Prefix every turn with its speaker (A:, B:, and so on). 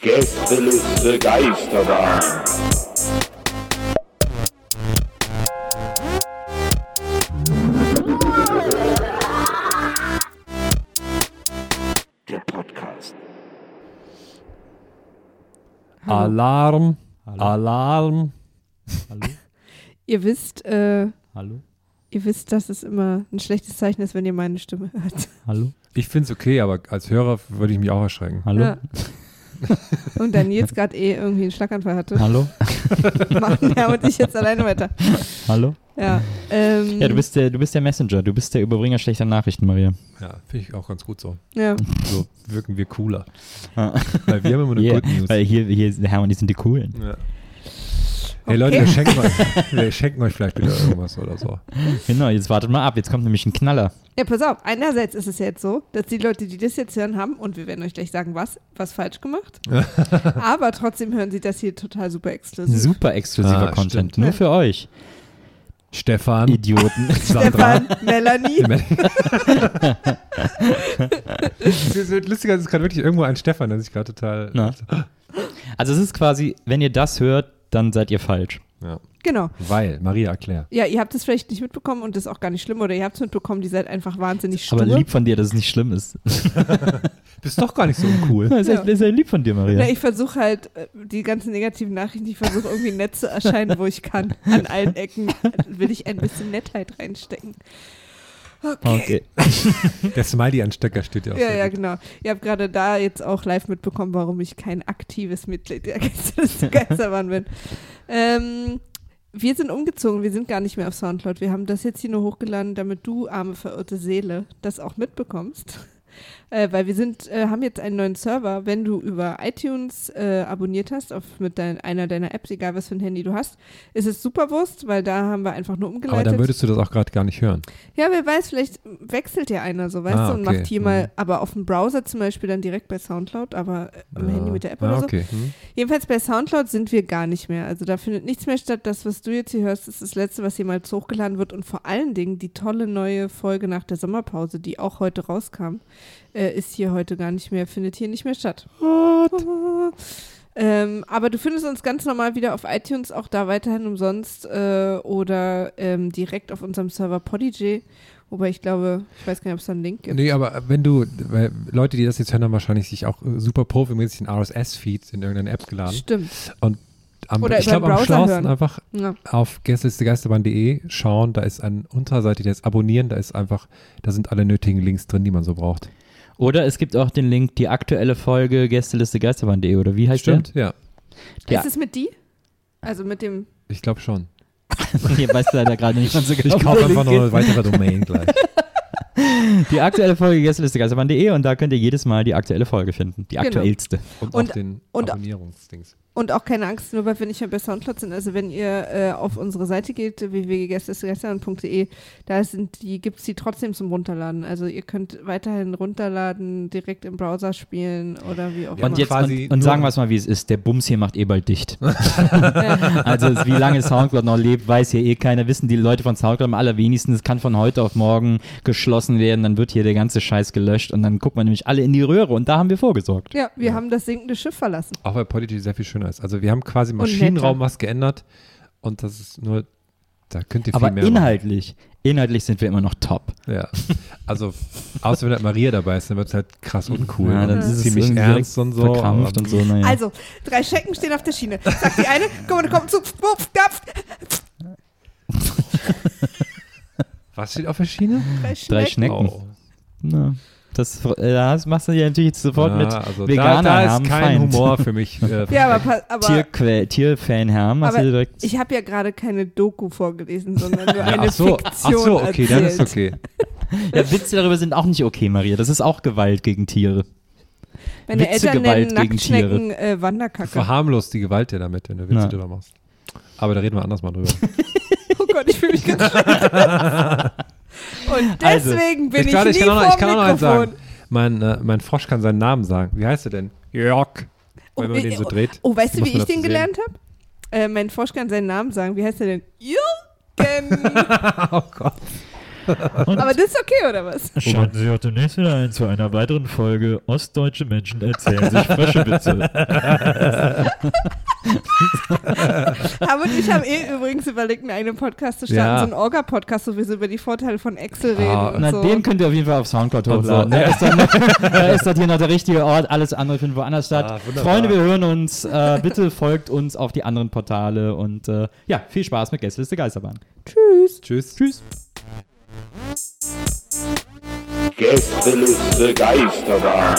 A: Gästeliste Geisterbahn. Der Podcast.
B: Alarm,
C: Hallo.
B: Alarm.
C: Hallo?
D: Ihr wisst, äh,
C: Hallo?
D: ihr wisst, dass es immer ein schlechtes Zeichen ist, wenn ihr meine Stimme hört.
C: Hallo?
B: Ich finde es okay, aber als Hörer würde ich mich auch erschrecken.
C: Hallo?
D: Ja. Und dann jetzt gerade eh irgendwie einen Schlaganfall hatte,
C: Hallo?
D: machen er und ich jetzt alleine weiter.
C: Hallo?
D: Ja, ähm,
C: Ja, du bist, der, du bist der Messenger, du bist der Überbringer schlechter Nachrichten, Maria.
B: Ja, finde ich auch ganz gut so.
D: ja.
B: So wirken wir cooler.
C: Ah.
B: Weil wir haben immer eine
C: Yeah,
B: Good News. Mhm.
C: weil hier, hier sind Hermann, die sind die Coolen.
B: Ja. Hey Leute, wir schenken, euch, wir schenken euch vielleicht wieder irgendwas oder so.
C: Genau, jetzt wartet mal ab, jetzt kommt nämlich ein Knaller.
D: ja, pass auf. Einerseits ist es jetzt so, dass die Leute, die das jetzt hören, haben, und wir werden euch gleich sagen, was, was falsch gemacht. Aber trotzdem hören sie das hier total super exklusiv.
C: Super exklusiver
B: Ah,
C: Content,
B: stimmt.
C: nur für euch,
B: Stefan,
C: Idioten.
B: Sandra.
D: Stefan, Melanie,
B: Das wird lustiger, es ist gerade wirklich irgendwo ein Stefan, der sich gerade total.
C: Na? Also es ist quasi, wenn ihr das hört, dann seid ihr falsch.
B: Ja.
D: genau.
B: Weil, Maria, erklär.
D: Ja, ihr habt es vielleicht nicht mitbekommen und das ist auch gar nicht schlimm, oder ihr habt es mitbekommen, die seid einfach wahnsinnig stur.
C: Aber lieb von dir, dass es nicht schlimm ist.
B: Bist doch gar nicht so uncool.
C: Das ist, echt, das ist echt lieb von dir,
D: Na,
C: Maria.
D: ich versuche halt, äh, die ganzen negativen Nachrichten, ich versuche irgendwie nett zu erscheinen, wo ich kann. An allen Ecken will ich ein bisschen Nettheit reinstecken. Okay.
C: Okay.
B: Der Smiley an Stecker steht ja auch
D: Ja,
B: sehr
D: ja,
B: gut.
D: genau. Ihr habt gerade da jetzt auch live mitbekommen, warum ich kein aktives Mitglied der Geister- Geisterbahn bin. Ähm, wir sind umgezogen, wir sind gar nicht mehr auf Soundcloud. Wir haben das jetzt hier nur hochgeladen, damit du, arme verirrte Seele, das auch mitbekommst. Äh, weil wir sind, äh, haben jetzt einen neuen Server. Wenn du über iTunes äh, abonniert hast, auf mit dein, einer deiner Apps, egal was für ein Handy du hast, ist es Superwurst, weil da haben wir einfach nur
C: genau.
D: umgeleitet.
B: Aber dann würdest du das auch gerade gar nicht hören.
D: Ja, wer weiß, vielleicht wechselt ja einer so, weißt
B: Ah,
D: du, und
B: okay.
D: macht hier
B: Mhm.
D: mal, aber auf dem Browser zum Beispiel dann direkt bei Soundcloud, aber äh, am Handy mit der App
B: ah,
D: oder
B: okay. Hm.
D: so. Jedenfalls bei Soundcloud sind wir gar nicht mehr. Also da findet nichts mehr statt. Das, was du jetzt hier hörst, ist das Letzte, was jemals hochgeladen wird. Und vor allen Dingen die tolle neue Folge nach der Sommerpause, die auch heute rauskam, äh, ist hier heute gar nicht mehr, findet hier nicht mehr statt. Ähm, aber du findest uns ganz normal wieder auf iTunes, auch da weiterhin umsonst äh, oder ähm, direkt auf unserem Server Podigy. Wobei ich glaube, ich weiß gar nicht, ob es da einen Link gibt.
B: Nee, aber wenn du, weil Leute, die das jetzt hören, haben wahrscheinlich sich auch äh, super profimäßig einen RSS-Feed in irgendeine App geladen.
D: Stimmt.
B: Am,
D: Oder
B: ich
D: über den
B: glaube, am
D: Browser
B: schlauesten
D: hören.
B: einfach
D: Ja.
B: auf gästelistegeisterbahn.de schauen, da ist eine Unterseite, die heißt Abonnieren, da ist einfach, da sind alle nötigen Links drin, die man so braucht.
C: Oder es gibt auch den Link, die aktuelle Folge Gästeliste Geisterbahn.de oder wie heißt
B: Stimmt, ja.
C: Ja.
D: Ist es mit die? Also mit dem.
B: Ich glaube schon.
C: der? Ich weiß leider gerade nicht, was so
B: Ich
C: genau
B: kaufe
C: der
B: einfach noch
C: Link
B: eine weitere Domain gleich.
C: ist. Die aktuelle Folge Gästeliste Geisterbahn.de und da könnt ihr jedes Mal die aktuelle Folge finden. Die
D: Genau.
C: aktuellste.
B: Und,
D: Und-
B: auch den
D: und-
B: Abonnierungsdings.
D: Und auch keine Angst, nur weil wir nicht mehr bei Soundcloud sind. Also wenn ihr äh, auf unsere Seite geht, www.gestern.de, da sind die, gibt es die trotzdem zum Runterladen. Also ihr könnt weiterhin runterladen, direkt im Browser spielen oder wie auch
B: Ja,
C: und
D: immer.
C: jetzt
B: quasi
C: und, und
B: nur-
C: sagen wir es mal, wie es ist. Der Bums hier macht eh bald dicht. also es- wie lange Soundcloud noch lebt, weiß hier eh keiner. Wissen die Leute von Soundcloud am allerwenigsten. Es kann von heute auf morgen geschlossen werden. Dann wird hier der ganze Scheiß gelöscht und dann guckt man nämlich alle in die Röhre und da haben wir vorgesorgt.
D: ja, wir haben das sinkende Schiff verlassen.
B: Auch weil Polity sehr viel schöner ist. Also wir haben quasi im Maschinenraum was geändert und das ist nur, da könnt ihr viel
C: Aber
B: mehr
C: inhaltlich, inhaltlich sind wir immer noch top.
B: Machen. Ja. Also, außer wenn halt Maria dabei ist, dann wird es halt krass uncool.
C: Ja, dann
B: und
C: ist es
B: ziemlich
C: irgendwie
B: ernst und
C: direkt
B: so.
C: Verkrampft
B: aber-
C: und so, naja.
D: Also, drei Schecken stehen auf der Schiene. Sagt die eine, guck mal, da kommt ein Zug, pf, dapf,
B: Was steht auf der Schiene?
D: drei
C: Drei
D: Schnecken.
C: Schnecken.
B: Oh.
C: Na, das, äh, das machst du ja natürlich jetzt sofort
B: Ja,
C: mit
B: also da,
C: Veganer
B: da
C: haben
B: ist kein
C: Feind.
B: Humor für mich. Äh,
D: Ja, aber, pa- aber
C: Tierquä- Tierfan Herm. hast du
D: Aber
C: direkt-
D: ich habe ja gerade keine Doku vorgelesen, sondern nur
B: Ja,
D: eine
B: ach so, ach
D: Fiktion
B: so, okay,
D: erzählt.
B: dann ist okay.
C: Ja, Witze darüber sind auch nicht okay, Maria. Das ist auch Gewalt gegen Tiere.
D: Meine
C: Witze
D: Eltern
C: Gewalt
D: nennen
C: gegen Tiere.
D: Nacktschnecken äh, Wanderkacke.
B: Verharmlost die Gewalt ja damit, wenn du Witze
C: Ja.
B: drüber machst. Aber da reden wir anders mal drüber.
D: Oh Gott, ich fühle mich ganz schlecht. Und
C: Also,
D: deswegen bin ich,
B: glaube,
D: nie
B: kann auch noch, ich
D: vorm
B: kann auch noch eins
D: Mikrofon.
B: sagen. Mein, äh, mein Frosch kann seinen Namen sagen. Wie heißt er denn? Jörg. Wenn man
D: Oh,
B: den so
D: oh,
B: dreht.
D: Oh, weißt du,
B: muss
D: wie
B: man
D: ich
B: dazu
D: den
B: sehen.
D: gelernt habe? Äh, mein Frosch kann seinen Namen sagen. Wie heißt er denn? Jürgen.
B: Oh Gott.
C: Und
D: Aber das ist okay, oder was?
E: Schalten Sie auch demnächst wieder ein zu einer weiteren Folge Ostdeutsche Menschen erzählen sich frische Witze.
D: Ham und ich haben eh übrigens überlegt, einen eigenen Podcast zu starten,
B: Ja.
D: so einen Orga-Podcast, wo wir so über die Vorteile von Excel reden
B: Ah,
D: und
C: na,
D: so.
C: den könnt ihr auf jeden Fall auf Soundcloud
E: Also,
B: Und
C: hochladen.
B: so.
C: Da, ist dann noch, da ist das hier noch der richtige Ort. Alles andere findet woanders statt.
B: Ah, wunderbar.
C: Freunde, wir hören uns. Äh, bitte folgt uns auf die anderen Portale und äh, ja, viel Spaß mit Gästeliste Geisterbahn.
D: Tschüss.
B: Tschüss. Tschüss.
A: Gästeliste Geisterbahn.